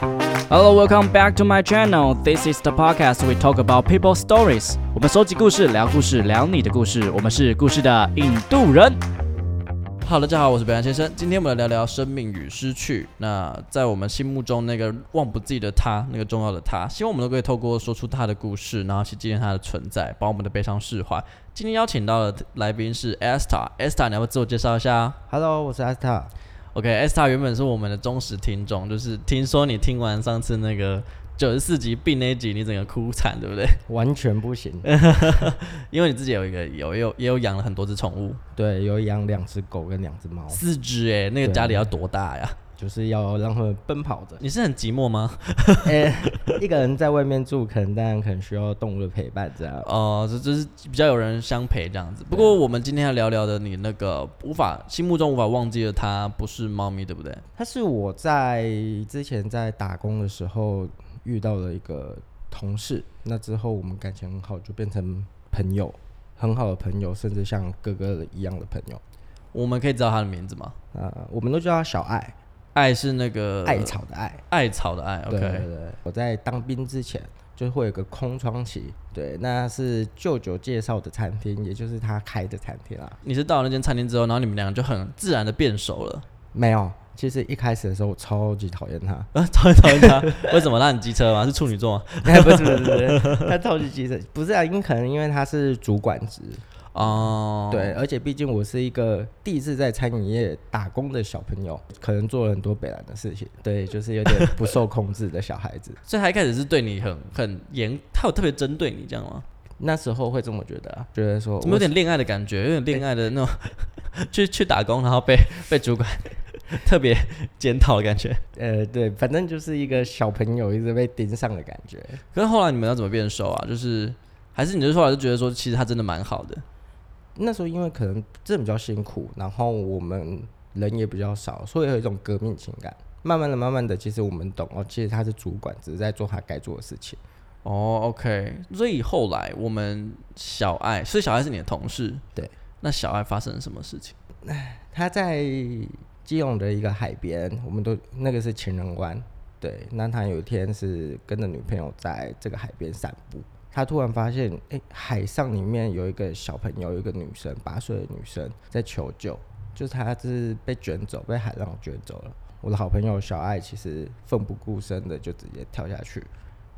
Hello, welcome back to my channel. This is the podcast we talk about people stories. 我们收集故事，聊故事，聊你的故事。我们是故事的印度人。好，大家好，我是北岸先生。今天我们来聊聊生命与失去。那在我们心目中那个忘不记的他，那个重要的他，希望我们都可以透过说出他的故事，然后去纪念他的存在，把我们的悲伤释怀。今天邀请到的来宾是 Esther，Esther，你要不要自我介绍一下 Hello，我是阿斯塔。 ？OK，Esther 原本是我们的忠实听众，就是听说你听完上次那个九十四集病那一集，你整个哭惨，对不 对？完全不行。因为你自己有一个有也有也有养了很多只宠物，对，有养两只狗跟两只猫，四只哎，那个对家里要多大呀？就是要让它们奔跑着 。你是很寂寞吗？哎、一个人在外面住，可能当然可能需要动物的陪伴这样。哦，这就是比较有人相陪这样子。不啊过我们今天要聊聊的，你那个无法心目中无法忘记的它，不是猫咪，对不对？它是我在之前在打工的时候遇到的一个同事，那之后我们感情很好，就变成朋友，很好的朋友，甚至像哥哥一样的朋友。我们可以知道它的名字吗？啊、我们都叫他小爱，爱是那个艾草的爱。艾草的爱对对，OK，对，我在当兵之前就会有个空窗期，对，那是舅舅介绍的餐厅，也就是他开的餐厅啊啦。你是到了那间餐厅之后，然后你们两个就很自然的变熟了。没有，其实一开始的时候我超级讨厌 ，他啊，讨厌讨厌它，为什么？那很机车吗？是处女座吗？哎，不是不是不是，他超级急的，不是啊，因为可能因为他是主管职，哦，对，，而且毕竟我是一个第一次在餐饮业打工的小朋友，可能做了很多北兰的事情，对，就是有点不受控制的小孩子，所以他一开始是对你很很严，他有特别针对你这样吗？那时候会这么觉得、啊，觉得说怎么有我点恋爱的感觉，有点恋爱的那种， 去去打工然后被被主管 特别检讨的感觉。呃，对，反正就是一个小朋友一直被盯上的感觉。可是后来你们要怎么变熟啊？就是还是你就是后来就觉得说，其实他真的蛮好的。那时候因为可能真的比较辛苦，然后我们人也比较少，所以有一种革命情感。慢慢的、慢慢的，其实我们懂哦，其实他是主管，只是在做他该做的事情。哦，OK，所以后来我们小爱，所以小爱是你的同事，对。那小爱发生了什么事情？他在基隆的一个海边，我们都那个是情人湾，对。那他有一天是跟着女朋友在这个海边散步，他突然发现，哎、海上里面有一个小朋友，有一个女生，八岁的女生在求救，就是她是被卷走，被海浪卷走了。我的好朋友小爱其实奋不顾身的就直接跳下去，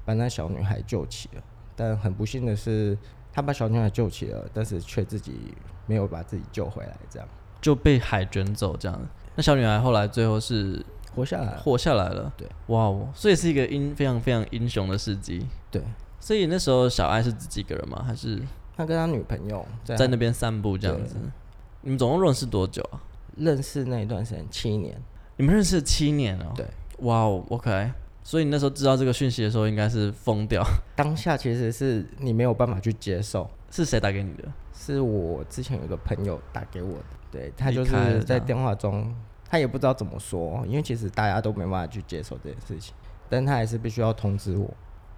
把那小女孩救起了。但很不幸的是，他把小女孩救起了，但是却自己没有把自己救回来，这样就被海卷走这样。那小女孩后来最后是活下来啊了。活下来了。对，哇哦，所以是一个英非常非常英雄的事迹。对，所以那时候小爱是自己一个人吗？还是他跟他女朋友在在那边散步这样对子？你们总共认识多久啊？认识那一段时间七年，你们认识了七年哦、对，哇哦，OK。所以你那时候知道这个讯息的时候，应该是疯掉。 当下其实是你没有办法去接受。是谁打给你的？是我之前有个朋友打给我的，对他离就开了是这在样电话中，他也不知道怎么说，哦因为其实大家都没办法去接受这件事情，但他还是必须要通知我。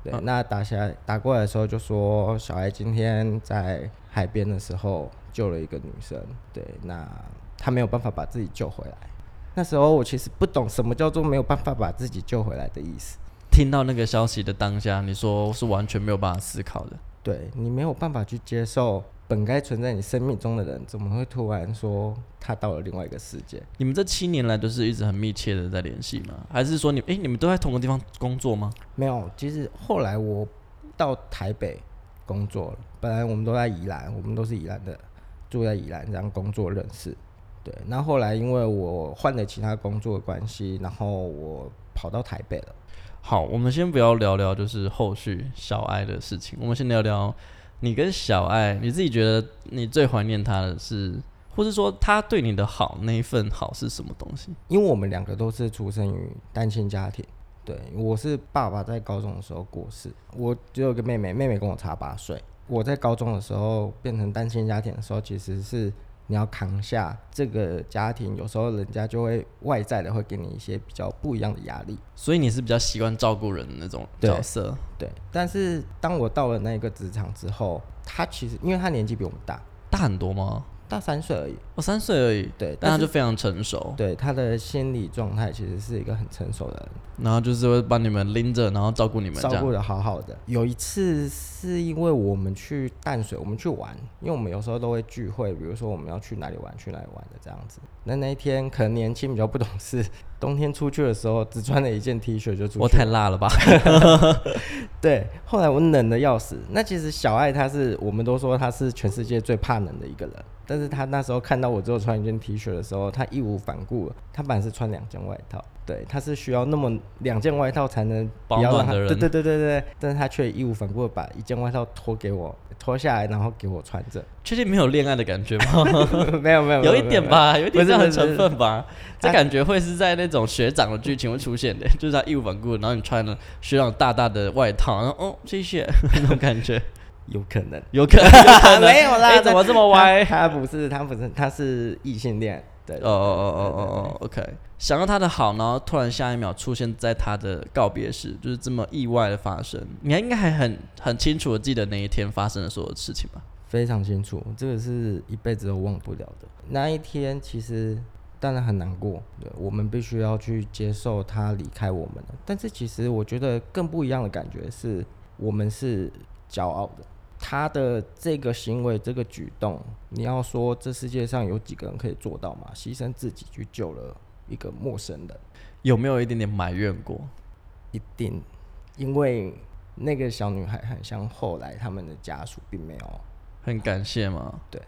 对，啊那打下来打过来的时候就说，小孩今天在海边的时候救了一个女生，对，那他没有办法把自己救回来。那时候我其实不懂什么叫做没有办法把自己救回来的意思。听到那个消息的当下，你说是完全没有办法思考的。对你没有办法去接受本该存在你生命中的人，怎么会突然说他到了另外一个世界？你们这七年来都是一直很密切的在联系吗？还是说你诶，你们都在同个地方工作吗？没有，其实后来我到台北工作了，本来我们都在宜兰，我们都是宜兰的，住在宜兰这样工作认识。对，那后来因为我换了其他工作的关系，然后我跑到台北了。好，我们先不要聊聊就是后续小爱的事情，我们先聊聊你跟小爱，你自己觉得你最怀念他的是，或是说他对你的好那一份好是什么东西？因为我们两个都是出生于单亲家庭，对我是爸爸在高中的时候过世，我只有一个妹妹，妹妹跟我差八岁。我在高中的时候变成单亲家庭的时候，其实是你要扛下这个家庭，有时候人家就会外在的会给你一些比较不一样的压力，所以你是比较习惯照顾人的那种对角色，对。但是当我到了那个职场之后，他其实因为他年纪比我们大，大很多吗？大三岁而已，我三岁而已，对，但但他就是非常成熟，对他的心理状态其实是一个很成熟的然后就是会把你们拎着，然后照顾你们照这样顾。的好好的。有一次是因为我们去淡水，我们去玩，因为我们有时候都会聚会，比如说我们要去哪里玩，去哪里玩的这样子。那那一天可能年轻比较不懂事，冬天出去的时候只穿了一件 T 恤就出去，我太。辣了吧？ 对，后来我冷的要死。那其实小爱她是，我们都说她是全世界最怕冷的一个人，但是她那时候看到我只有穿一件 T 恤的时候，她义无反顾了，她本来是穿两件外套，对，她是需要那么两件外套才能保不要让暖她的人对对对对对，但是她却义无反顾的把一件外套脱给我，脱下来然后给我穿 着，确定没有恋爱的感觉吗？ 没有没有没有一没点吧，有一点这不是样的不是成分吧。这他感觉会是在那种学长的剧情会出现的， 就是他义无反顾，然后你穿了学长大大的外套，然后哦谢谢那种感觉，有可能。 有可能有 可能没有啦哎怎么这么歪？哦他不是，他不是，他是异性恋。对，哦哦哦哦哦，OK，想到他的好，然后突然下一秒出现在他的告别式，就是这么意外的发生。你还应该还很很清楚的记得那一天发生的所有事情吧？非常清楚，这个是一辈子都忘不了的。那一天其实当然很难过，对我们必须要去接受他离开我们了。但是其实我觉得更不一样的感觉是，我们是骄傲的。他的这个行为、这个举动，你要说这世界上有几个人可以做到吗？牺牲自己去救了一个陌生人，有没有一点点埋怨过？一定，因为那个小女孩很像后来他们的家属，并没有很感谢吗？对，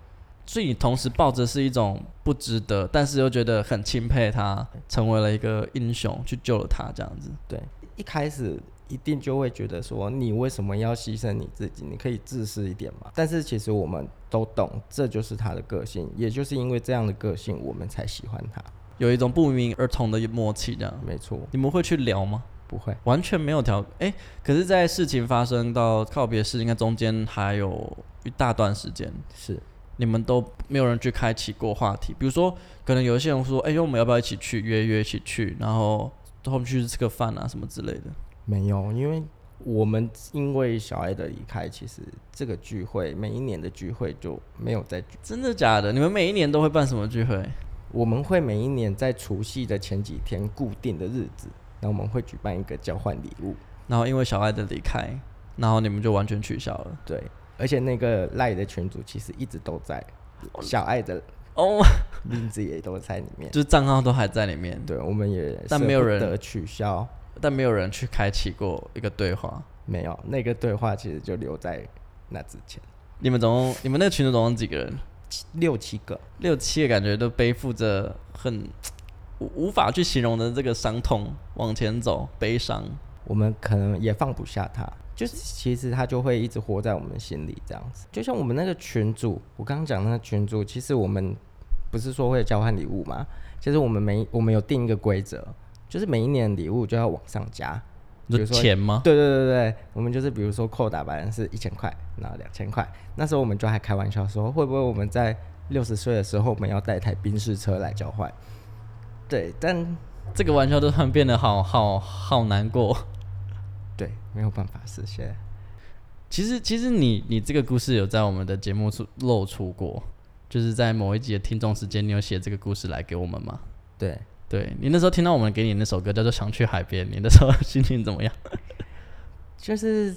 所以你同时抱着是一种不值得，但是又觉得很钦佩他成为了一个英雄，去救了他这样子。对，一开始一定就会觉得说，你为什么要牺牲你自己？你可以自私一点嘛。但是其实我们都懂，这就是他的个性，也就是因为这样的个性，我们才喜欢他。有一种不明而同的默契，这样没错，你们会去聊吗？不会，完全没有调，哎、可是，在事情发生到告别式，应该中间还有一大段时间，是你们都没有人去开启过话题。比如说，可能有一些人说，哎、我们要不要一起去约约一起去，然后后面去吃个饭啊什么之类的。没有，因为我们因为小爱的离开，其实这个聚会每一年的聚会就没有再聚。真的假的？你们每一年都会办什么聚会？我们会每一年在除夕的前几天固定的日子，然后我们会举办一个交换礼物。然后因为小爱的离开，然后你们就完全取消了。对，而且那个赖的群主其实一直都在，小爱的哦，名字也都在里面。 就是账号都还在里面，对，我们也但舍没有不人得取消，但没有人去开启过一个对话。没有那个对话其实就留在那之前你们总共，你们那个群组总共几个人？七六七个，六七个，感觉都背负着很无无法去形容的这个伤痛往前走，悲伤。我们可能也放不下他，就是其实他就会一直活在我们心里这样子。就像我们那个群主，我刚刚讲那个群主，其实我们不是说会交换礼物吗？其实我们每我们有定一个规则，就是每一年礼物就要往上加。比你如说说钱吗？对对对对，我们就是比如说扣打白人是一千块，然后两千块，那时候我们就还开玩笑说，会不会我们在六十岁的时候，我们要带一台宾士车来交换？对，但这个玩笑都突然变得好好好难过。对，没有办法实现。其实，其实你你这个故事有在我们的节目出露出过，就是在某一集的听众时间，你有写这个故事来给我们吗？对，对你那时候听到我们给你那首歌叫做《想去海边》，你那时候心情怎么样？就是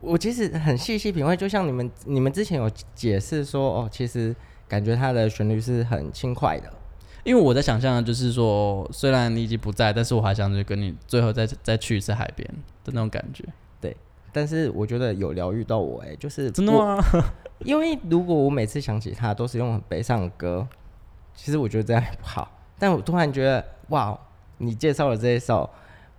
我其实很细细品味，就像你们你们之前有解释说，哦，其实感觉它的旋律是很轻快的， 因为我在想象的就是说，虽然你已经不在，但是我还想着跟你最后再再去一次海边的那种感觉。但是我觉得有疗愈到我、哎，就是真的我吗？因为如果我每次想起他都是用很悲伤的歌，其实我觉得这样也不好。但我突然觉得，哇，你介绍的这一首，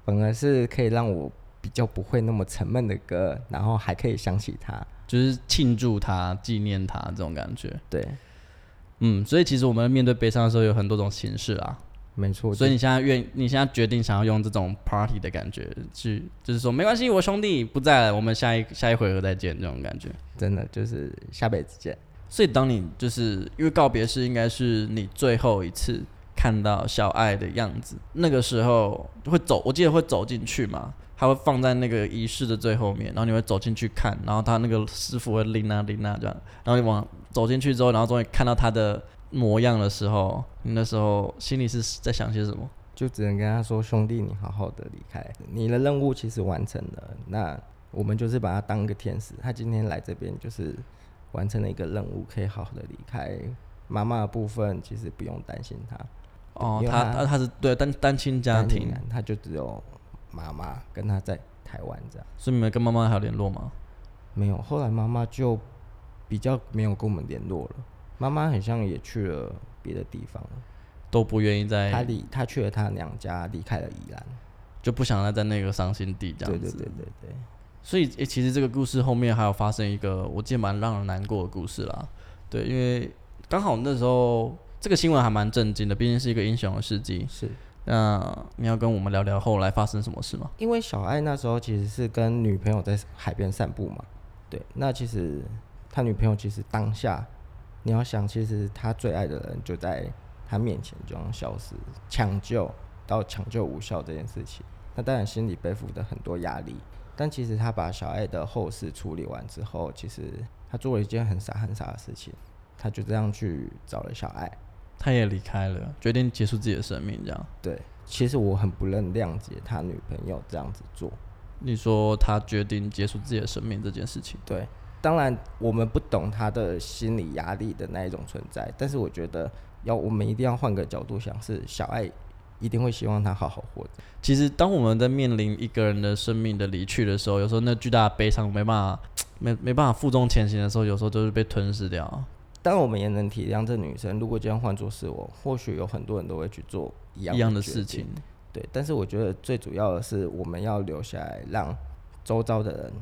反而是可以让我比较不会那么沉闷的歌，然后还可以想起他。就是庆祝他、纪念他这种感觉。对，嗯，所以其实我们面对悲伤的时候有很多种形式啊。没错。所以你现在愿，你现在决定想要用这种 party 的感觉去，就是说没关系，我兄弟不在了，我们下一下一回合再见这种感觉。真的就是下辈子见。所以当你就是因为告别式应该是你最后一次看到小爱的样子，那个时候会走，我记得会走进去嘛，他会放在那个仪式的最后面，然后你会走进去看，然后他那个师傅会拎啊拎啊这样，然后你往走进去之后，然后终于看到他的模样的时候，你那时候心里是在想些什么？就只能跟他说：“兄弟，你好好的离开，你的任务其实完成了。那我们就是把他当个天使，他今天来这边就是完成了一个任务，可以好好的离开。妈妈的部分其实不用担心他，哦，因为他他他他是对单单亲家但你庭看，他就只有妈妈跟他在台湾这样。所以你们跟妈妈还有联络吗？没有，后来妈妈就比较没有跟我们联络了。妈妈很像也去了别的地方了，都不愿意她在，离她去了她娘家，离开了宜兰。就不想再在那个伤心地这对样对子。对对对。所以、诶其实这个故事后面还有发生一个我记得蛮让人难过的故事啦。对，因为刚好那时候这个新闻还蛮震惊的，毕竟是一个英雄的事迹。是那你要跟我们聊聊后来发生什么事吗？因为小爱那时候其实是跟女朋友在海边散步嘛，对，那其实他女朋友其实当下，你要想，其实他最爱的人就在他面前就这样消失，抢救到抢救无效这件事情，那当然心里背负的很多压力，但其实他把小爱的后事处理完之后，其实他做了一件很傻很傻的事情，他就这样去找了小爱，他也离开了，决定结束自己的生命，这样。对，其实我很不能谅解他女朋友这样子做，你说他决定结束自己的生命这件事情，对，当然我们不懂他的心理压力的那一种存在，但是我觉得要我们一定要换个角度想，是小爱一定会希望他好好活着。其实当我们在面临一个人的生命的离去的时候，有时候那巨大的悲伤没办法没没办法负重前行的时候，有时候都是被吞噬掉。当然，我们也能体谅这女生。如果今天换作是我，或许有很多人都会去做一样一样的决事定情，对，但是我觉得最主要的是，我们要留下来，让周遭的人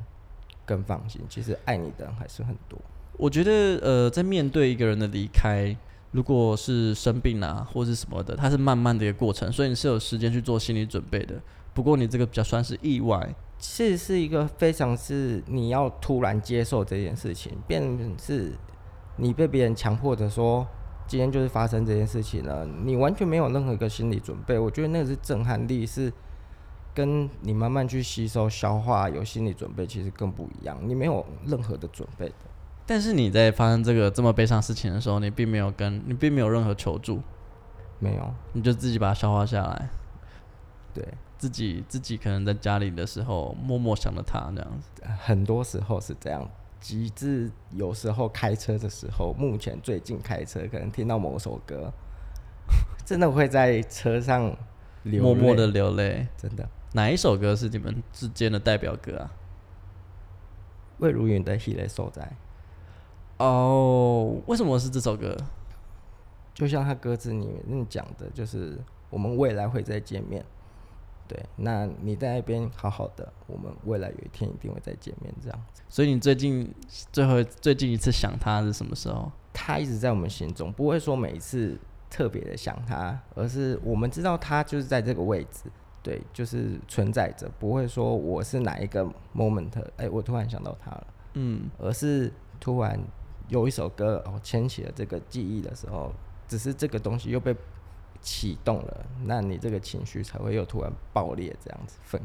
更放心。其实爱你的人还是很多。我觉得呃，在面对一个人的离开，如果是生病啊或是什么的，它是慢慢的一个过程，所以你是有时间去做心理准备的。不过你这个比较算是意外，是是一个非常是你要突然接受这件事情，变成是你被别人强迫的说今天就是发生这件事情了，你完全没有任何一个心理准备。我觉得那个是震撼力，是跟你慢慢去吸收、消化有心理准备其实更不一样。你没有任何的准备的，但是你在发生这个这么悲伤的事情的时候，你并没有跟你并没有任何求助，没有你就自己把它消化下来，对，自己自己可能在家里的时候默默想着他这样子。很多时候是这样。极致有时候开车的时候，目前最近开车可能听到某首歌， 真的会在车上流默默泪的流泪。真的。哪一首歌是你们之间的代表歌啊？魏如云的《喜泪受灾》，哦、为什么是这首歌？就像他歌词里面讲的，就是我们未来会再见面。对，那你在那边好好的，我们未来有一天一定会再见面。这样，所以你最近最后最近一次想他是什么时候？他一直在我们心中，不会说每一次特别的想他，而是我们知道他就是在这个位置，对，就是存在着，不会说我是哪一个 moment，哎、我突然想到他了。嗯，而是突然有一首歌哦牵起了这个记忆的时候，只是这个东西又被启动了，那你这个情绪才会又突然爆裂这样子分。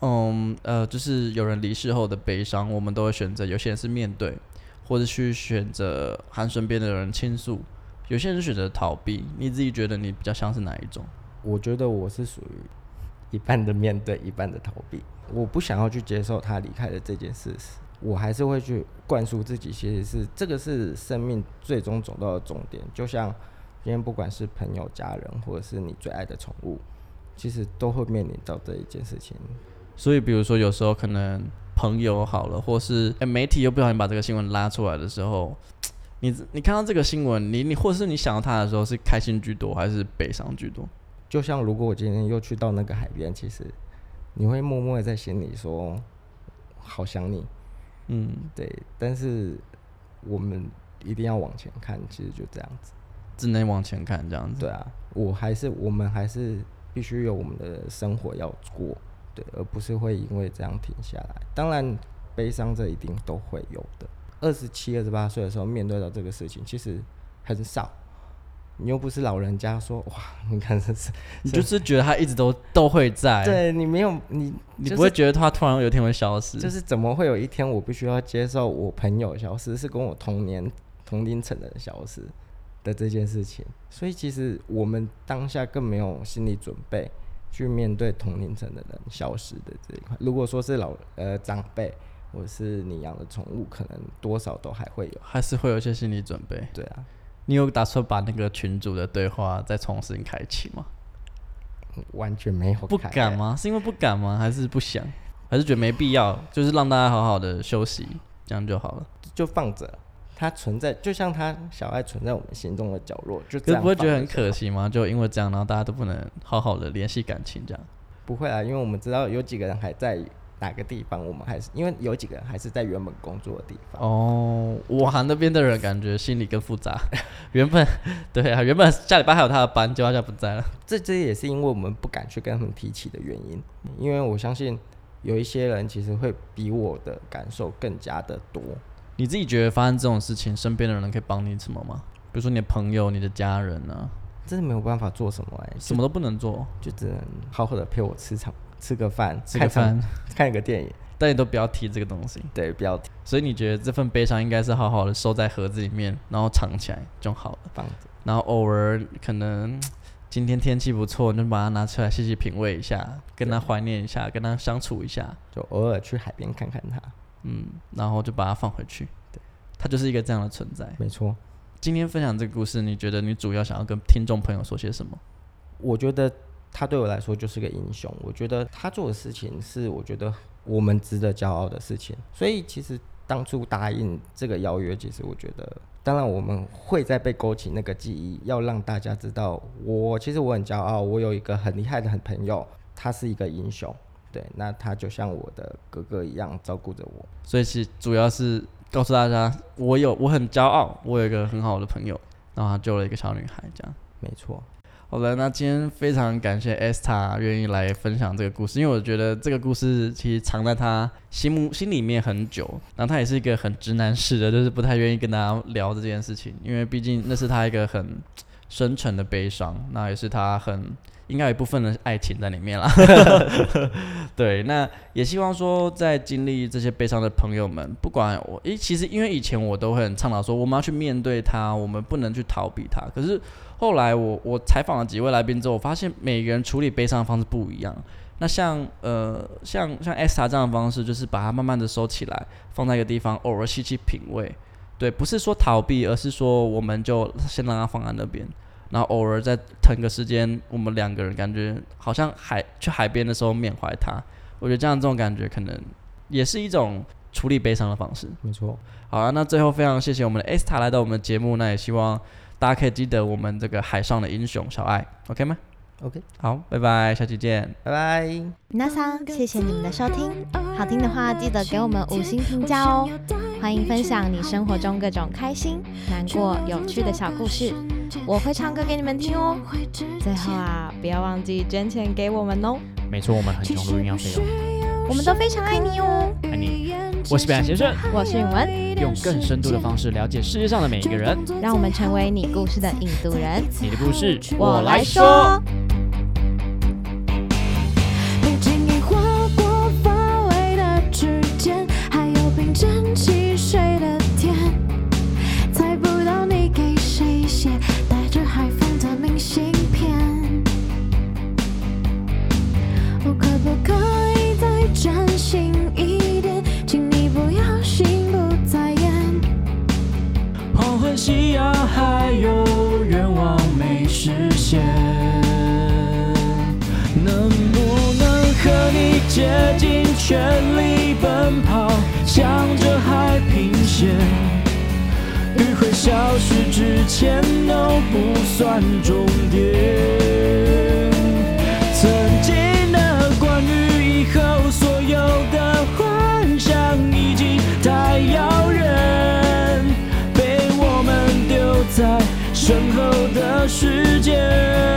嗯呃，就是有人离世后的悲伤，我们都会选择，有些人是面对，或者去选择和身边的人倾诉，有些人是选择逃避。你自己觉得你比较像是哪一种？我觉得我是属于一半的面对，一半的逃避。我不想要去接受他离开的这件事实，我还是会去灌输自己，其实是这个是生命最终走到的终点。就像今天不管是朋友、家人，或者是你最爱的宠物，其实都会面临到这一件事情。所以，比如说有时候可能朋友好了，或是、诶媒体又不小心把这个新闻拉出来的时候，你你看到这个新闻，你你或是你想到他的时候，是开心居多还是悲伤居多？就像如果我今天又去到那个海边，其实你会默默的在心里说“好想你嗯，”，对，但是我们一定要往前看，其实就这样子。只能往前看这样子。对啊，我还是我们还是必须有我们的生活要过，对，而不是会因为这样停下来。当然，悲伤这一定都会有的。二十七、二十八岁的时候面对到这个事情，其实很少。你又不是老人家说，哇，你看这是，你就是觉得他一直都都会在，对你没有你，你就不会是觉得他突然有一天会消失。就是怎么会有一天我必须要接受我朋友消失，是跟我同年同龄层的人消失？的这件事情，所以其实我们当下更没有心理准备去面对同龄层的人消失的这一块。如果说是老呃长辈，或是你养的宠物，可能多少都还会有。还是会有一些心理准备。对啊，你有打算把那个群主的对话再重新开启吗？完全没有不开敢欸？吗？是因为不敢吗？还是不想？还是觉得没必要？就是让大家好好的休息，这样就好了。就放着，它存在，就像它小爱存在我们心中的角落，就这可是样。不会觉得很可？惜吗？就因为这样，然后大家都不能好好的联系感情，这样不会啊，因为我们知道有几个人还在哪个地方，我们还是因为有几个人还是在原本工作的地方。哦。我韩那边的人感觉心里更复杂。 原本对啊，原本下礼拜还有他的班，结果他现在不在了。这这也是因为我们不敢去跟他们提起的原因，因为我相信有一些人其实会比我的感受更加的多。你自己觉得发生这种事情，身边的人可以帮你什么吗？比如说你的朋友、你的家人啊，真的没有办法做什么哎、什么都不能做，就只能好好的陪我吃场吃个饭，吃个看饭场，看个电影，但你都不要提这个东西。对，不要所以你觉得这份悲伤应该是好好的收在盒子里面，然后藏起来就好了。放着。然后偶尔可能嗯今天天气不错，你就把它拿出来细细品味一下，跟它怀念一下，跟它相处一下，就偶尔去海边看看它，嗯，然后就把它放回去。对，它就是一个这样的存在。没错。今天分享这个故事，你觉得你主要想要跟听众朋友说些什么？我觉得他对我来说就是个英雄。我觉得他做的事情是我觉得我们值得骄傲的事情。所以其实当初答应这个邀约，其实我觉得，当然我们会再被勾起那个记忆，要让大家知道我其实我很骄傲，我有一个很厉害的很朋友，他是一个英雄。对，那他就像我的哥哥一样照顾着我。所以其实主要是告诉大家，我有我很骄傲，我有一个很好的朋友，然后他救了一个小女孩，这样。没错，好的，那今天非常感谢 Esther 愿意来分享这个故事，因为我觉得这个故事其实藏在他心目心里面很久，然后他也是一个很直男式的，就是不太愿意跟大家聊这件事情，因为毕竟那是他一个很深沉的悲伤，那也是他很应该有一部分的爱情在里面啦。 对，那也希望说，在经历这些悲伤的朋友们，不管我，诶，其实因为以前我都会很倡导说，我们要去面对它，我们不能去逃避它。可是后来我我采访了几位来宾之后，我发现每个人处理悲伤的方式不一样。那像呃像像 ESTA 这样的方式，就是把它慢慢的收起来，放在一个地方，偶尔细细品味。对，不是说逃避，而是说我们就先让它放在那边，然后偶尔再腾个时间，我们两个人感觉好像海去海边的时候缅怀它。我觉得这样这种感觉可能也是一种处理悲伤的方式。没错。好啊了，那最后非常谢谢我们的 Esther 来到我们的节目，那也希望大家可以记得我们这个海上的英雄小爱，OK 吗？ OK，好，拜拜，下期见。拜拜。那桑，谢谢你们的收听，好听的话记得给我们五星评价哦。欢迎分享你生活中各种开心、难过、有趣的小故事，我会唱歌给你们听哦。最后啊，不要忘记捐钱给我们哦，没错，我们很穷录音要费用。我们都非常爱你哦。哦爱你，我是北岸先生，我是允文，用更深度的方式了解世界上的每一个人。让我们成为你故事的引渡人。你的故事，我来说。不经意划过发尾的指尖，还有瓶蒸汽水的甜，猜不到你给谁写带着海风的明信片。我哦可不可以再专心一点？请你不要心不在焉。黄昏夕阳还有愿望没实现，能不能和你竭尽全力奔跑，向着海平线，余晖消失之前都不算终点。曾经的关于以后所有的幻想已经太遥远，被我们丢在身后的时间。